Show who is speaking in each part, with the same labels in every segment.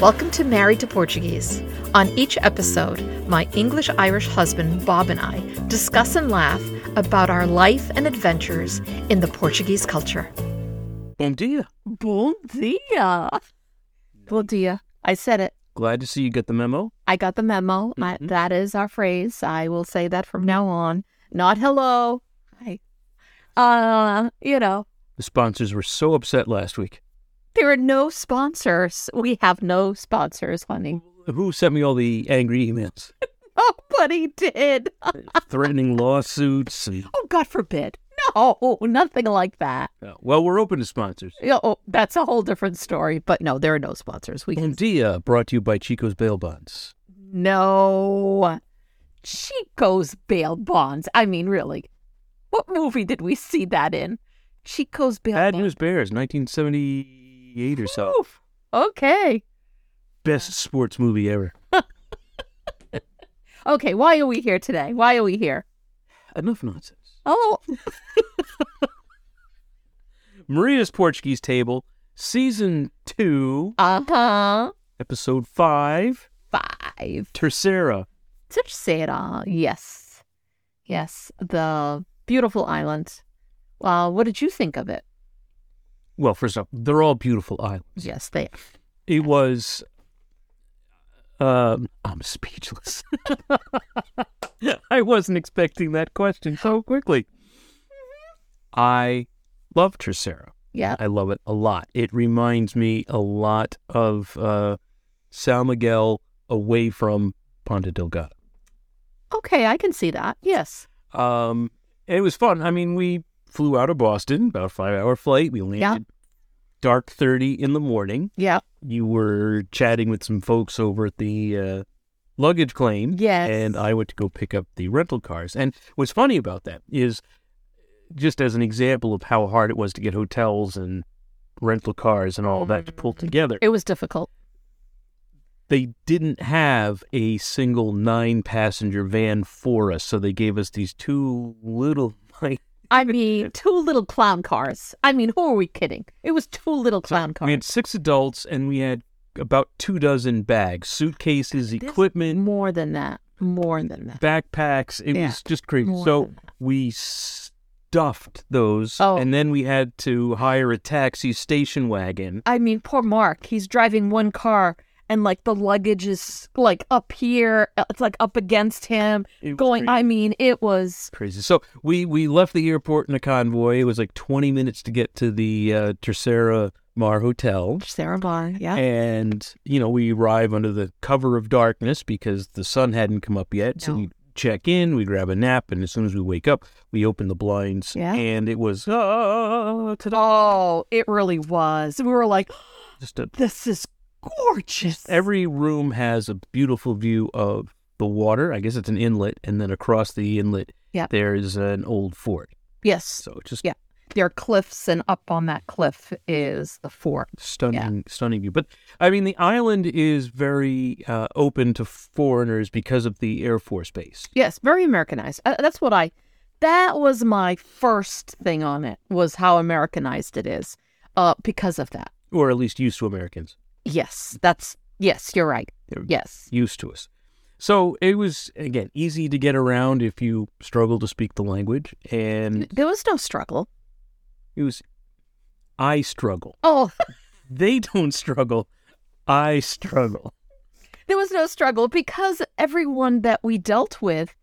Speaker 1: Welcome to Married to Portuguese. On each episode, my English Irish husband, Bob, and I discuss and laugh about our life and adventures in the Portuguese culture.
Speaker 2: Bom dia.
Speaker 3: Bom dia. Bom dia. I said it.
Speaker 2: Glad to see you got the memo.
Speaker 3: I got the memo. I,
Speaker 2: Mhm.
Speaker 3: that is our phrase. I will say that from now on. Not hello. Hi. Uh, you know,
Speaker 2: The sponsors were so upset last week.
Speaker 3: there are no sponsors. We have no sponsors, honey.
Speaker 2: Who sent me all the angry emails?
Speaker 3: Nobody did.
Speaker 2: Threatening lawsuits. And,
Speaker 3: Oh, God forbid. No, nothing like that.
Speaker 2: Uh, well, we're open to sponsors.
Speaker 3: You know, that's a whole different story. But no, there are no sponsors. We
Speaker 2: Bom
Speaker 3: can
Speaker 2: dia, brought to you by Chico's Bail Bonds.
Speaker 3: No. Chico's bail bonds. I mean, really. What movie did we see that in? Chico's bail
Speaker 2: Bad
Speaker 3: bonds.
Speaker 2: News Bears, 1978 or so.
Speaker 3: Oof. Okay.
Speaker 2: Best sports movie ever.
Speaker 3: Okay, why are we here today? Why are we here?
Speaker 2: Enough nonsense.
Speaker 3: Oh,
Speaker 2: Maria's Portuguese Table, Season 2,
Speaker 3: uh-huh.
Speaker 2: Episode 5,
Speaker 3: Five.
Speaker 2: Tercera.
Speaker 3: Terceira. Yes. Yes. The beautiful island. Well, what did you think of it?
Speaker 2: Well, first off, they're all beautiful islands.
Speaker 3: Yes, they
Speaker 2: It was. Um, I'm speechless. I wasn't expecting that question so quickly. I love Tercera.
Speaker 3: Yeah.
Speaker 2: I love it a lot. It reminds me a lot of uh, San Miguel away from Ponta Delgada.
Speaker 3: Okay, I can see that. Yes.
Speaker 2: Um, and it was fun. I mean, we flew out of Boston, about a five hour flight. We landed
Speaker 3: Yeah.
Speaker 2: dark 30 in the morning.
Speaker 3: Yeah.
Speaker 2: you were chatting with some folks over at the uh, luggage claim.
Speaker 3: Yes.
Speaker 2: And I went to go pick up the rental cars. And what's funny about that is just as an example of how hard it was to get hotels and rental cars and all that to pull
Speaker 3: Mm-hmm.
Speaker 2: together,
Speaker 3: It was difficult.
Speaker 2: they didn't have a single nine passenger van for us. So they gave us these two little. like,
Speaker 3: I mean, two little clown cars. I mean, who are we kidding? It was two little clown
Speaker 2: we had
Speaker 3: cars.
Speaker 2: six adults and we had about two dozen bags, suitcases, equipment,
Speaker 3: More than that. More than that.
Speaker 2: backpacks. It
Speaker 3: Yeah.
Speaker 2: was just crazy.
Speaker 3: More
Speaker 2: So
Speaker 3: than
Speaker 2: we stuffed those,
Speaker 3: Oh.
Speaker 2: and then we had to hire a taxi station wagon.
Speaker 3: I mean, poor Mark. He's driving one car and like the luggage is like up here. Uh, It's like up against him.
Speaker 2: It was
Speaker 3: Going,
Speaker 2: crazy.
Speaker 3: I mean, it was.
Speaker 2: Crazy. So we we left the airport in a convoy. It was like twenty minutes to get to the uh, Tercera Mar Hotel.
Speaker 3: Sarah Vaughn. Yeah.
Speaker 2: And you know we arrive under the cover of darkness because the sun hadn't come up yet. So
Speaker 3: No.
Speaker 2: we check in, we grab a nap, and as soon as we wake up, we open the blinds.
Speaker 3: Yeah.
Speaker 2: And it was oh, ta-da,
Speaker 3: oh, it really was. We were like,
Speaker 2: just a
Speaker 3: this is gorgeous.
Speaker 2: Every room has a beautiful view of the water. I guess it's an inlet, and then across the inlet,
Speaker 3: Yeah.
Speaker 2: there's an old fort.
Speaker 3: yes.
Speaker 2: So just
Speaker 3: Yeah. There are cliffs, and up on that cliff is the fort.
Speaker 2: stunning, stunning view. But I mean, the island is very uh, open to foreigners because of the air force base.
Speaker 3: Yes, very Americanized. Uh, that's what I. That was my first thing on it was how Americanized it is, uh, because of that.
Speaker 2: or at least used to Americans.
Speaker 3: Yes, that's yes. You're right.
Speaker 2: They're
Speaker 3: Yes,
Speaker 2: used to us. So it was again easy to get around if you struggle to speak the language, and
Speaker 3: there was no struggle.
Speaker 2: it was. I struggle.
Speaker 3: Oh,
Speaker 2: They don't struggle. I struggle.
Speaker 3: there was no struggle because everyone that we dealt with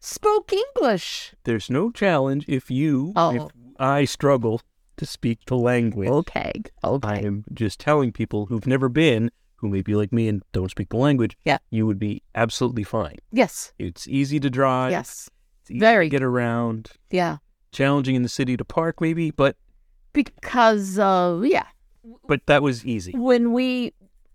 Speaker 3: spoke English.
Speaker 2: There's no challenge if you,
Speaker 3: Oh.
Speaker 2: if I struggle to speak the language.
Speaker 3: Okay. Okay.
Speaker 2: I am just telling people who've never been, who may be like me and don't speak the language,
Speaker 3: Yeah.
Speaker 2: you would be absolutely fine.
Speaker 3: Yes.
Speaker 2: It's easy to drive.
Speaker 3: Yes.
Speaker 2: it's easy
Speaker 3: very.
Speaker 2: to get around.
Speaker 3: Yeah.
Speaker 2: Challenging in the city to park, maybe, but
Speaker 3: Because uh, yeah,
Speaker 2: but that was easy.
Speaker 3: when we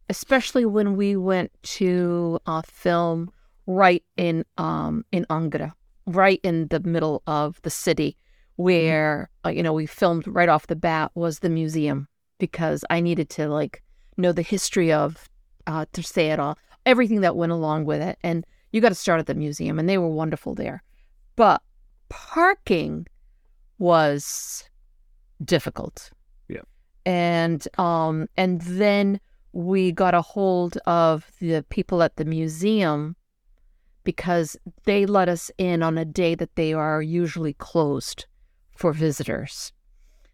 Speaker 3: especially when we went to uh, film right in um in Angra right in the middle of the city where uh, you know we filmed right off the bat was the museum because I needed to like know the history of uh Terceira everything that went along with it and you got to start at the museum and they were wonderful there but parking was difficult
Speaker 2: Yeah.
Speaker 3: and um and then we got a hold of the people at the museum because they let us in on a day that they are usually closed for visitors.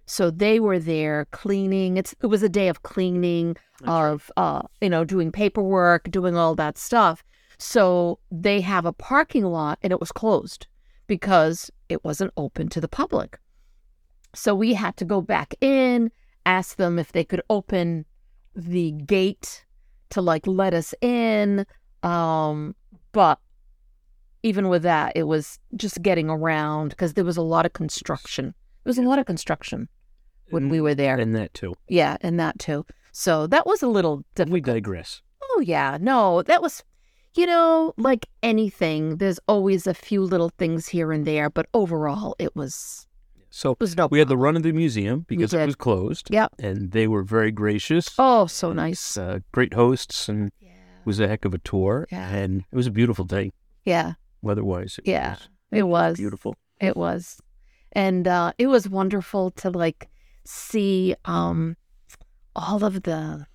Speaker 3: So they were there cleaning. It's it was a day of cleaning of uh, you know doing paperwork, doing all that stuff. So they have a parking lot and it was closed because it wasn't open to the public. So we had to go back in, ask them if they could open the gate to like let us in. Um, but even with that, it was just getting around because there was a lot of construction. There was a lot of construction when we were there.
Speaker 2: Mm. and that too.
Speaker 3: yeah, and that too. So that was a little difficult.
Speaker 2: We digress.
Speaker 3: Oh yeah, no, that was, you know, like anything. There's always a few little things here and there, but overall, it was
Speaker 2: So
Speaker 3: it was no.
Speaker 2: we had the run of the museum because it
Speaker 3: did.
Speaker 2: was closed.
Speaker 3: Yep.
Speaker 2: And they were very gracious.
Speaker 3: oh so
Speaker 2: and,
Speaker 3: nice.
Speaker 2: Uh, great hosts and
Speaker 3: Yeah,
Speaker 2: it was a heck of a tour.
Speaker 3: Yeah.
Speaker 2: And it was a beautiful day
Speaker 3: yeah,
Speaker 2: weather-wise. It
Speaker 3: Yeah.
Speaker 2: was
Speaker 3: it was
Speaker 2: beautiful.
Speaker 3: It was, and uh, it was wonderful to like see um all of the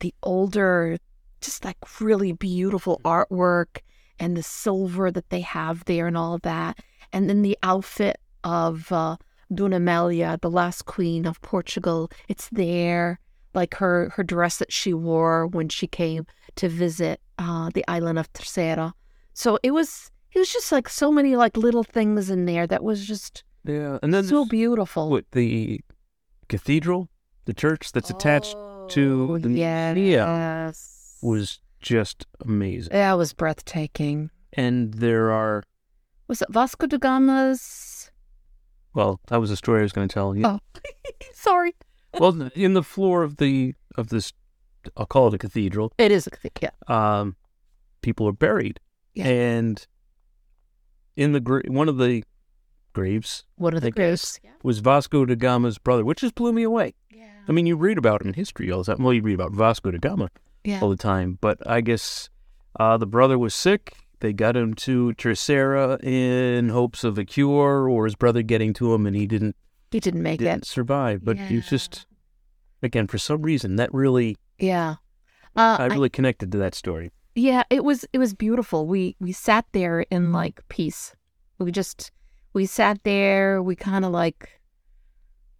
Speaker 3: the older, just like really beautiful artwork and the silver that they have there and all of that, and then the outfit of uh, Dona Amélia, the last queen of Portugal. It's there, like her her dress that she wore when she came to visit uh, the island of Terceira. So it was it was just like so many like little things in there that was just
Speaker 2: Yeah. And then
Speaker 3: so
Speaker 2: this-
Speaker 3: beautiful.
Speaker 2: what, the cathedral, the church that's attached
Speaker 3: Oh.
Speaker 2: to the museum
Speaker 3: yes.
Speaker 2: was just amazing.
Speaker 3: yeah, it was breathtaking.
Speaker 2: And there are
Speaker 3: Was it Vasco da Gama's?
Speaker 2: well, that was a story I was going to tell. you.
Speaker 3: Oh. Sorry,
Speaker 2: well, in the floor of the of this, I'll call it a cathedral.
Speaker 3: it is a yeah.
Speaker 2: um, people are buried,
Speaker 3: Yeah.
Speaker 2: and in the gra- one of the graves
Speaker 3: One of the
Speaker 2: I guess.
Speaker 3: graves.
Speaker 2: was Vasco da Gama's brother, which just blew me away.
Speaker 3: Yeah.
Speaker 2: I mean, you read about it in history all the time. Well, you read about Vasco da Gama
Speaker 3: Yeah.
Speaker 2: all the time, but I guess uh, the brother was sick. They got him to Terceira in hopes of a cure, or his brother getting to him, and he didn't
Speaker 3: He didn't make
Speaker 2: didn't
Speaker 3: it.
Speaker 2: survive. But he was
Speaker 3: Yeah.
Speaker 2: just again for some reason that really
Speaker 3: Yeah. Uh,
Speaker 2: I
Speaker 3: I-
Speaker 2: really connected to that story.
Speaker 3: yeah, it was it was beautiful. We we sat there in like peace. We just we sat there, we kind of like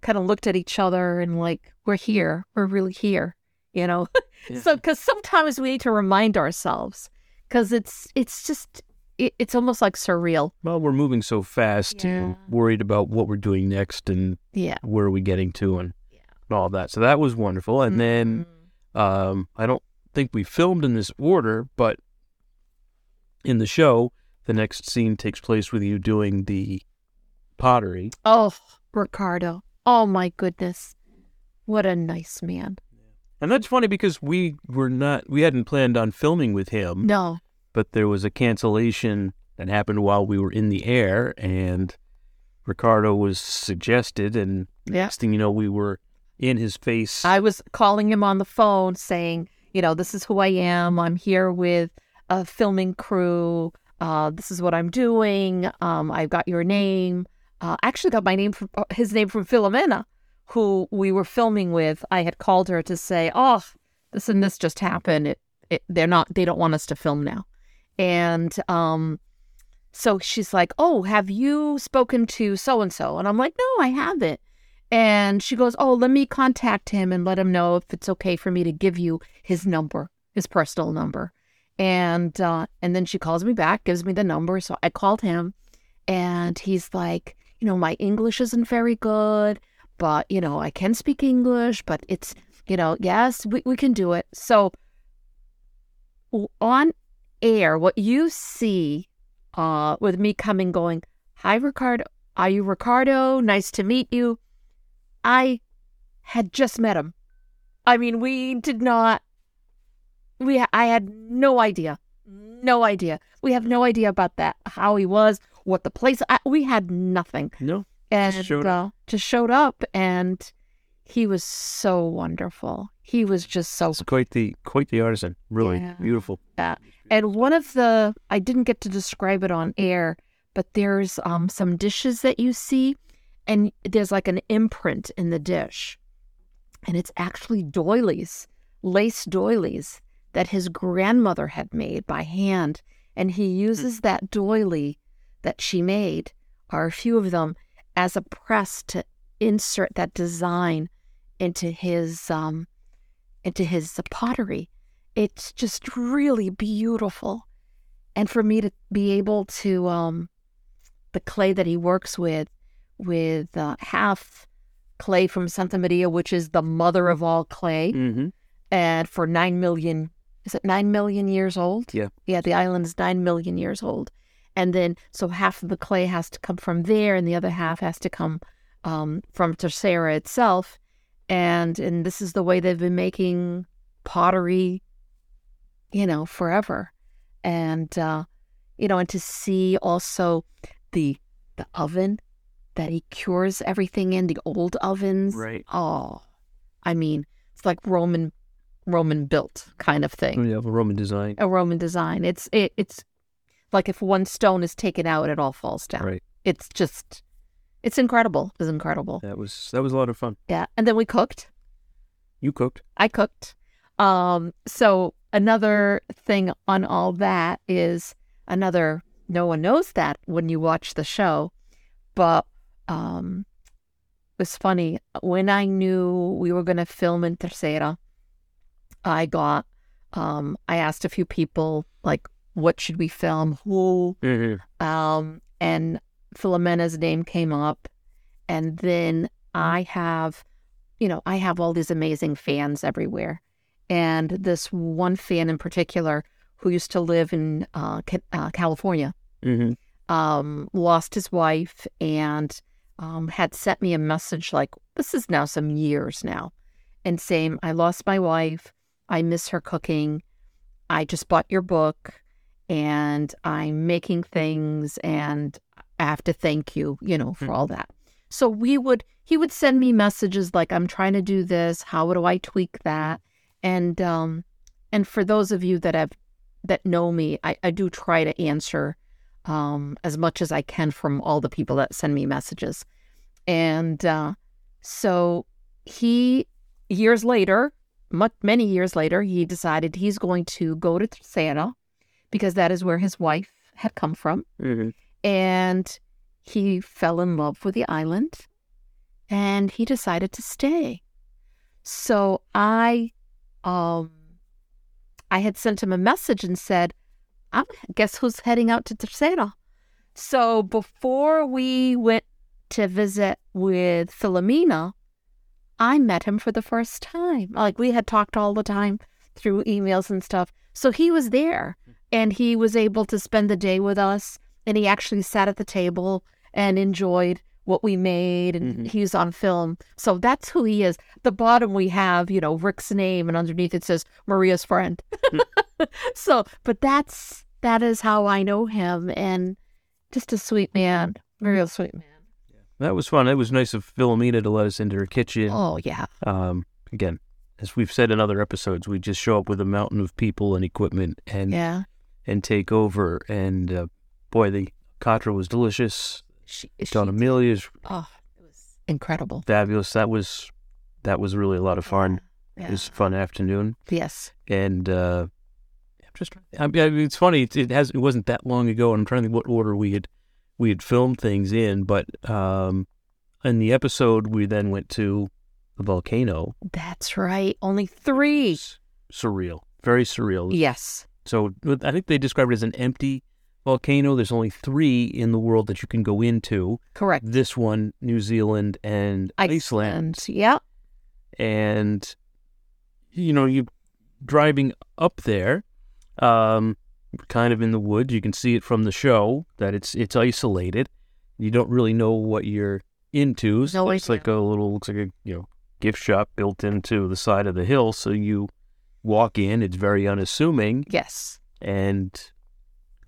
Speaker 3: kind of looked at each other and like we're here. We're really here, you know. So, because sometimes we need to remind ourselves, because it's it's just it, it's almost like surreal.
Speaker 2: Well, we're moving so fast
Speaker 3: Yeah.
Speaker 2: and worried about what we're doing next and
Speaker 3: Yeah.
Speaker 2: where are we getting to and all that. So that was wonderful. And then
Speaker 3: Mm-hmm.
Speaker 2: um, I don't think we filmed in this order, but in the show, the next scene takes place with you doing the pottery.
Speaker 3: oh, Ricardo! Oh my goodness, what a nice man!
Speaker 2: And that's funny because we were not, we hadn't planned on filming with him,
Speaker 3: No,
Speaker 2: but there was a cancellation that happened while we were in the air and Ricardo was suggested and
Speaker 3: yeah.
Speaker 2: Next thing you know, we were in his face.
Speaker 3: I was calling him on the phone, saying, you know, this is who I am. I'm here with a filming crew. Uh, this is what I'm doing. Um, I've got your name. Uh, I actually, got my name from uh, his name from Philomena, who we were filming with. I had called her to say, oh, this and this just happened. It, it, they're not. They don't want us to film now. And um, so she's like, oh, have you spoken to so and so? And I'm like, no, I haven't. And she goes, Oh, let me contact him and let him know if it's okay for me to give you his number, his personal number. And uh, and then she calls me back, gives me the number. So I called him and he's like, you know, my English isn't very good, but you know, I can speak English, but it's you know, yes, we, we can do it. So w- on air, what you see uh with me coming going, Hi Ricardo, are you Ricardo? Nice to meet you. I had just met him. I mean, we did not. We I had no idea, no idea. We have no idea about that. How he was, what the place. I, we had nothing,
Speaker 2: no,
Speaker 3: and
Speaker 2: showed
Speaker 3: uh, just showed up, and he was so wonderful. He was just so
Speaker 2: it's quite the quite the artisan. Really
Speaker 3: Yeah.
Speaker 2: beautiful.
Speaker 3: that. And one of the I didn't get to describe it on air, but there's um some dishes that you see and there's like an imprint in the dish. And it's actually doilies, lace doilies that his grandmother had made by hand, and he uses that doily that she made, or a few of them, as a press to insert that design into his um, into his pottery. It's just really beautiful, and for me to be able to um, the clay that he works with, with uh, half clay from Santa Maria, which is the mother of all clay,
Speaker 2: Mm-hmm.
Speaker 3: and for nine million is it nine million years old?
Speaker 2: Yeah.
Speaker 3: Yeah, the island is nine million years old. And then so half of the clay has to come from there and the other half has to come um, from Terceira itself. And and this is the way they've been making pottery, you know, forever. And uh, you know, and to see also the the oven that he cures everything in, the old ovens.
Speaker 2: Right.
Speaker 3: Oh. I mean, it's like Roman Roman built kind of thing
Speaker 2: You have a Oh, Roman design.
Speaker 3: a Roman design. It's it, it's like if one stone is taken out, it all falls down.
Speaker 2: Right.
Speaker 3: It's just, it's incredible. It's incredible.
Speaker 2: That was that was a lot of fun.
Speaker 3: Yeah. And then we cooked.
Speaker 2: You cooked.
Speaker 3: I cooked. Um. So another thing on all that is another. No one knows that when you watch the show, but um, it was funny when I knew we were going to film in Tercera. I got um, I asked a few people like, what should we film? Who?
Speaker 2: Mm-hmm.
Speaker 3: Um, and Filomena's name came up, and then I have, you know, I have all these amazing fans everywhere, and this one fan in particular who used to live in uh, Ca- uh, California
Speaker 2: Mm-hmm.
Speaker 3: um, lost his wife and um, had sent me a message like, this is now some years now, and saying, I lost my wife. I miss her cooking. I just bought your book and I'm making things and I have to thank you, you know, for
Speaker 2: Hmm.
Speaker 3: all that. So we would, he would send me messages like, I'm trying to do this. How do I tweak that? And, um, and for those of you that have, that know me, I, I do try to answer um, as much as I can from all the people that send me messages. And uh, so he, years later, much, many years later, he decided he's going to go to Santa because that is where his wife had come from
Speaker 2: Mm-hmm.
Speaker 3: and he fell in love with the island and he decided to stay so i um i had sent him a message and said i guess who's heading out to tercera so before we went to visit with philomena i met him for the first time like we had talked all the time through emails and stuff so he was there and he was able to spend the day with us and he actually sat at the table and enjoyed what we made and
Speaker 2: Mhm.
Speaker 3: he's on film so that's who he is the bottom we have you know rick's name and underneath it says maria's friend so but that's that is how i know him and just a sweet man a real sweet man
Speaker 2: That was fun. It was nice of Philomena to let us into her kitchen.
Speaker 3: oh yeah
Speaker 2: Um, again, as we've said in other episodes, we just show up with a mountain of people and equipment and
Speaker 3: yeah
Speaker 2: and take over. And uh, boy, the Catra was delicious.
Speaker 3: she, she
Speaker 2: Don Amelia's
Speaker 3: oh it was incredible
Speaker 2: fabulous. That was that was really a lot of fun.
Speaker 3: yeah.
Speaker 2: It was a fun afternoon.
Speaker 3: yes
Speaker 2: And uh, I'm just trying. I mean, I mean, it's funny. It, it has. It wasn't that long ago, and I'm trying to think what order we had we had filmed things in. But um, in the episode, we then went to the volcano.
Speaker 3: that's right only three
Speaker 2: It's surreal. Very surreal.
Speaker 3: yes
Speaker 2: So with- I think they describe it as an empty volcano. There's only three in the world that you can go into.
Speaker 3: correct
Speaker 2: This one, New Zealand and Iceland.
Speaker 3: yeah
Speaker 2: And you know, you driving up there, um, kind of in the woods. You can see it from the show that it's it's isolated. You don't really know what you're into. So
Speaker 3: No
Speaker 2: it's
Speaker 3: idea.
Speaker 2: like a little looks like a you know gift shop built into the side of the hill. So you walk in. It's very unassuming
Speaker 3: yes
Speaker 2: and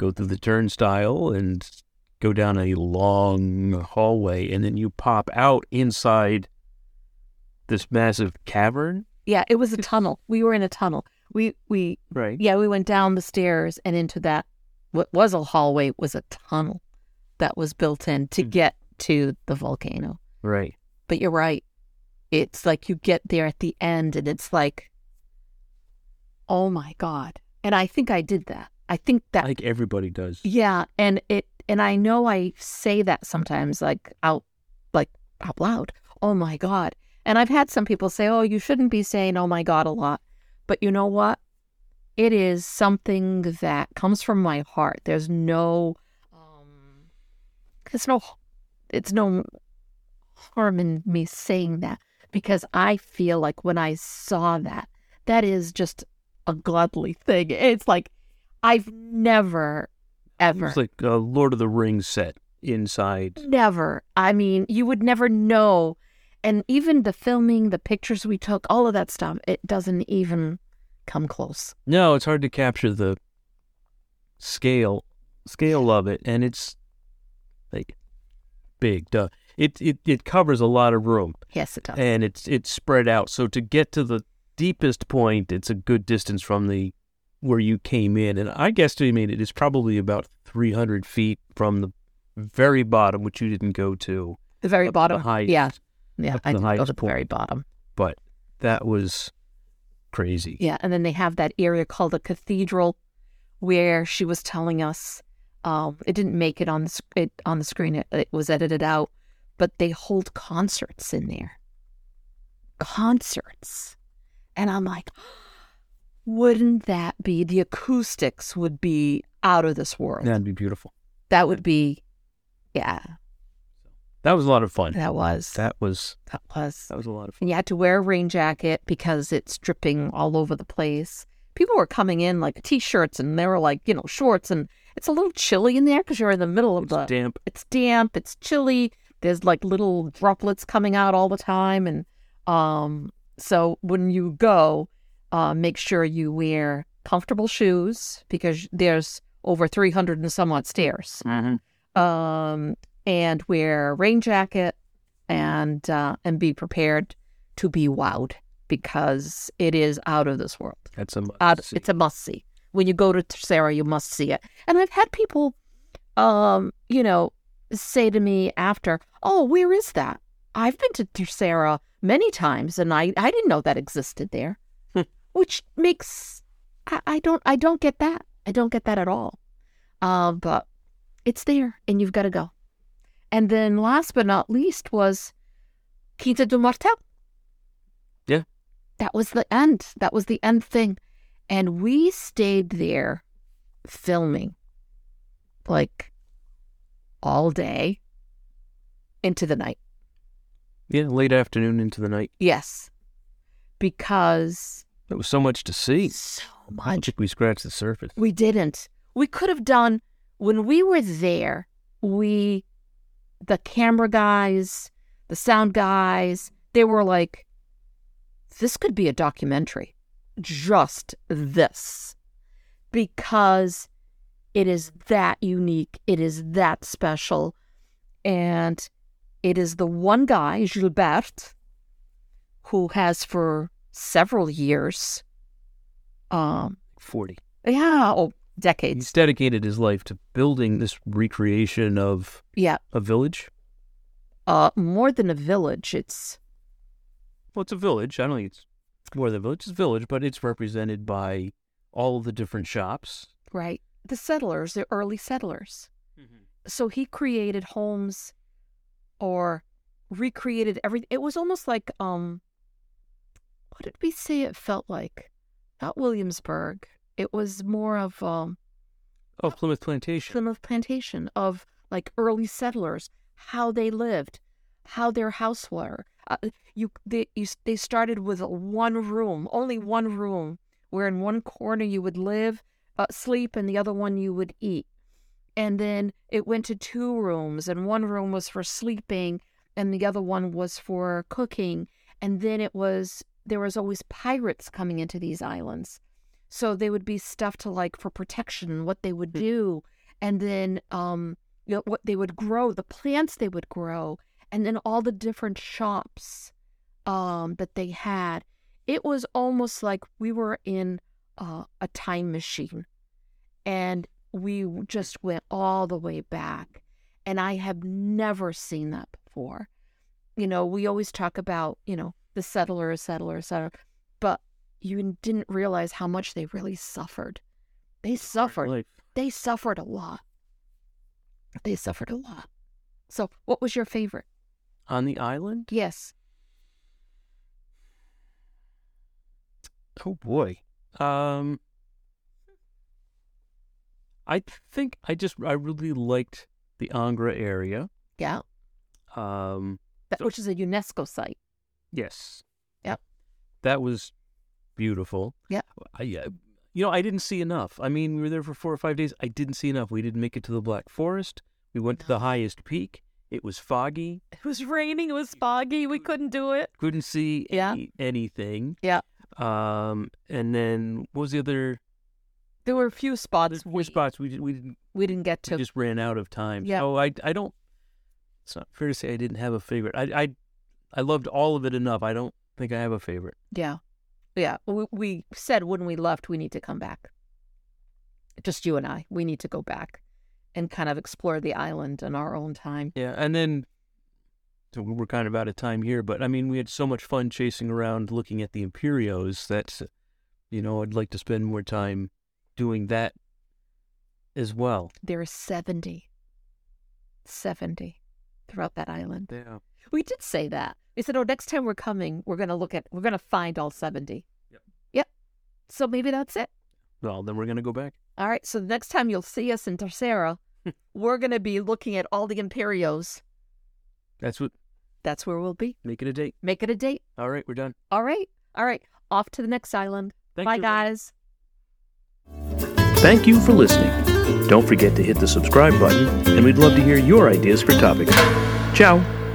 Speaker 2: go through the turnstile and go down a long hallway and then you pop out inside this massive cavern
Speaker 3: Yeah, it was a tunnel. We were in a tunnel. We we
Speaker 2: right
Speaker 3: yeah, we went down the stairs and into that what was a hallway was a tunnel that was built in to
Speaker 2: Hmm.
Speaker 3: get to the volcano.
Speaker 2: right
Speaker 3: But you're right. It's like you get there at the end and it's like oh my god and i think i did that i think
Speaker 2: I
Speaker 3: that
Speaker 2: think everybody does.
Speaker 3: yeah and it and i know i say that sometimes like out like out loud oh my god and i've had some people say oh you shouldn't be saying oh my god a lot but you know what it is something that comes from my heart there's no um there's no it's no harm in me saying that because i feel like when i saw that that is just a godly thing it's like i've never ever
Speaker 2: It's like a Lord of the Rings set inside.
Speaker 3: Never. I mean, you would never know. And even the filming, the pictures we took, all of that stuff, it doesn't even come close.
Speaker 2: No, it's hard to capture the scale scale of it, and it's like big. Duh. It it it covers a lot of room,
Speaker 3: Yes, it does.
Speaker 2: and it's it's spread out. So to get to the deepest point, it's a good distance from the where you came in, and I guesstimate it is probably about three hundred feet from the very bottom, which you didn't go to.
Speaker 3: the very
Speaker 2: up to
Speaker 3: bottom.
Speaker 2: the height.
Speaker 3: Yeah. Yeah.
Speaker 2: Up to
Speaker 3: I
Speaker 2: the
Speaker 3: did go
Speaker 2: highest
Speaker 3: to the very bottom.
Speaker 2: but that was crazy.
Speaker 3: Yeah. And then they have that area called the cathedral where she was telling us um, it didn't make it on the, sc- it, on the screen, it, it was edited out, but they hold concerts in there. Concerts. And I'm like, wouldn't that be the acoustics would be out of this world?
Speaker 2: That'd be beautiful.
Speaker 3: That would be, yeah,
Speaker 2: That was a lot of fun.
Speaker 3: that was,
Speaker 2: That was
Speaker 3: that was.
Speaker 2: that was a lot of fun.
Speaker 3: And you had to wear a rain jacket because it's dripping all over the place. People were coming in like t-shirts and they were like, you know, shorts and it's a little chilly in there because you're in the middle of
Speaker 2: It's
Speaker 3: the
Speaker 2: damp.
Speaker 3: it's damp, it's chilly. There's like little droplets coming out all the time, and um, so when you go, uh, make sure you wear comfortable shoes because there's over 300 and somewhat stairs. Um, and wear a rain jacket, and uh, and be prepared to be wowed because it is out of this world
Speaker 2: That's a must
Speaker 3: out,
Speaker 2: see.
Speaker 3: Uh, it's a must see. When you go to Sarah, you must see it. And I've had people, um, you know, say to me after, "Oh, where is that?" I've been to Tercera many times, and I I didn't know that existed there,
Speaker 2: Hmm.
Speaker 3: which makes I, I don't I don't get that I don't get that at all. Uh, but it's there, and you've got to go. And then last but not least was Quinta do Martel.
Speaker 2: Yeah.
Speaker 3: That was the end. That was the end thing. And we stayed there filming like all day into the night.
Speaker 2: yeah, late afternoon into the night.
Speaker 3: Yes. Because
Speaker 2: There was so much to see.
Speaker 3: so
Speaker 2: I don't
Speaker 3: much
Speaker 2: think we scratched the surface.
Speaker 3: we didn't. We could have done when we were there, we the camera guys, the sound guys, they were like this could be a documentary. Just this. Because it is that unique, it is that special. And it is the one guy, Gilbert, who has for several years um
Speaker 2: Forty.
Speaker 3: yeah, oh, decades.
Speaker 2: He's dedicated his life to building this recreation of
Speaker 3: Yeah,
Speaker 2: a village.
Speaker 3: uh, more than a village. It's
Speaker 2: Well, it's a village. I don't think it's more than a village. It's a village, but it's represented by all of the different shops.
Speaker 3: right. The settlers, the early settlers. So he created homes, or recreated everything. It was almost like um, what did we say? It felt like not Williamsburg. It was more of um,
Speaker 2: Oh, Plymouth Plantation.
Speaker 3: Plymouth Plantation of like early settlers, how they lived, how their house were. Uh, you, they, you, s- they started with one room, only one room, where in one corner you would live, uh, sleep, and the other one you would eat. And then it went to two rooms, and one room was for sleeping, and the other one was for cooking. And then it was there was always pirates coming into these islands, so they would be stuff to like for protection, what they would do, and then um you know, what they would grow, the plants they would grow, and then all the different shops um that they had. It was almost like we were in uh, a time machine, and we just went all the way back. And I have never seen that before. You know, we always talk about you know the settler, settler, settler, but you didn't realize how much they really suffered. They suffered.
Speaker 2: Like,
Speaker 3: They suffered a lot. They suffered a lot. So, what was your favorite?
Speaker 2: on the island?
Speaker 3: Yes.
Speaker 2: Oh boy. Um I think I just I really liked the Angra area.
Speaker 3: Yeah.
Speaker 2: Um
Speaker 3: That, which is a UNESCO site.
Speaker 2: yes.
Speaker 3: Yep.
Speaker 2: That was beautiful.
Speaker 3: Yep.
Speaker 2: I, I you know, I didn't see enough. I mean, we were there for 4 or 5 days. I didn't see enough. We didn't make it to the Black Forest. We went to the highest peak. It was foggy.
Speaker 3: It was raining. It was foggy. We couldn't do it.
Speaker 2: Couldn't see
Speaker 3: Yeah.
Speaker 2: any, anything.
Speaker 3: Yeah.
Speaker 2: Um and then what was the other
Speaker 3: There were a few spots
Speaker 2: there's spots we did, we didn't
Speaker 3: we didn't get
Speaker 2: we
Speaker 3: to.
Speaker 2: just ran out of time.
Speaker 3: Yeah.
Speaker 2: So I I don't. It's not fair to say I didn't have a favorite. I I I loved all of it enough. I don't think I have a favorite.
Speaker 3: Yeah. Yeah. We, we said when we left, we need to come back. Just you and I. We need to go back and kind of explore the island in our own time.
Speaker 2: Yeah, and then so we we're kind of out of time here, but I mean we had so much fun chasing around looking at the Imperios that you know I'd like to spend more time doing that as well.
Speaker 3: There are 70. 70 throughout that island.
Speaker 2: Yeah.
Speaker 3: We did say that. We said, oh, next time we're coming, we're going to look at, we're going to find all 70.
Speaker 2: Yep.
Speaker 3: Yep. So maybe that's it.
Speaker 2: Well, then we're gonna go back.
Speaker 3: All right. So the next time you'll see us in Tercera, we're going to be looking at all the Imperios.
Speaker 2: That's what
Speaker 3: That's where we'll be.
Speaker 2: make it a date.
Speaker 3: Make it a date.
Speaker 2: All right, we're done.
Speaker 3: All right. All right. Off to the next island.
Speaker 2: Thank
Speaker 3: Bye,
Speaker 2: you, Lynn.
Speaker 3: guys.
Speaker 4: Thank you for listening. Don't forget to hit the subscribe button, and we'd love to hear your ideas for topics. Ciao.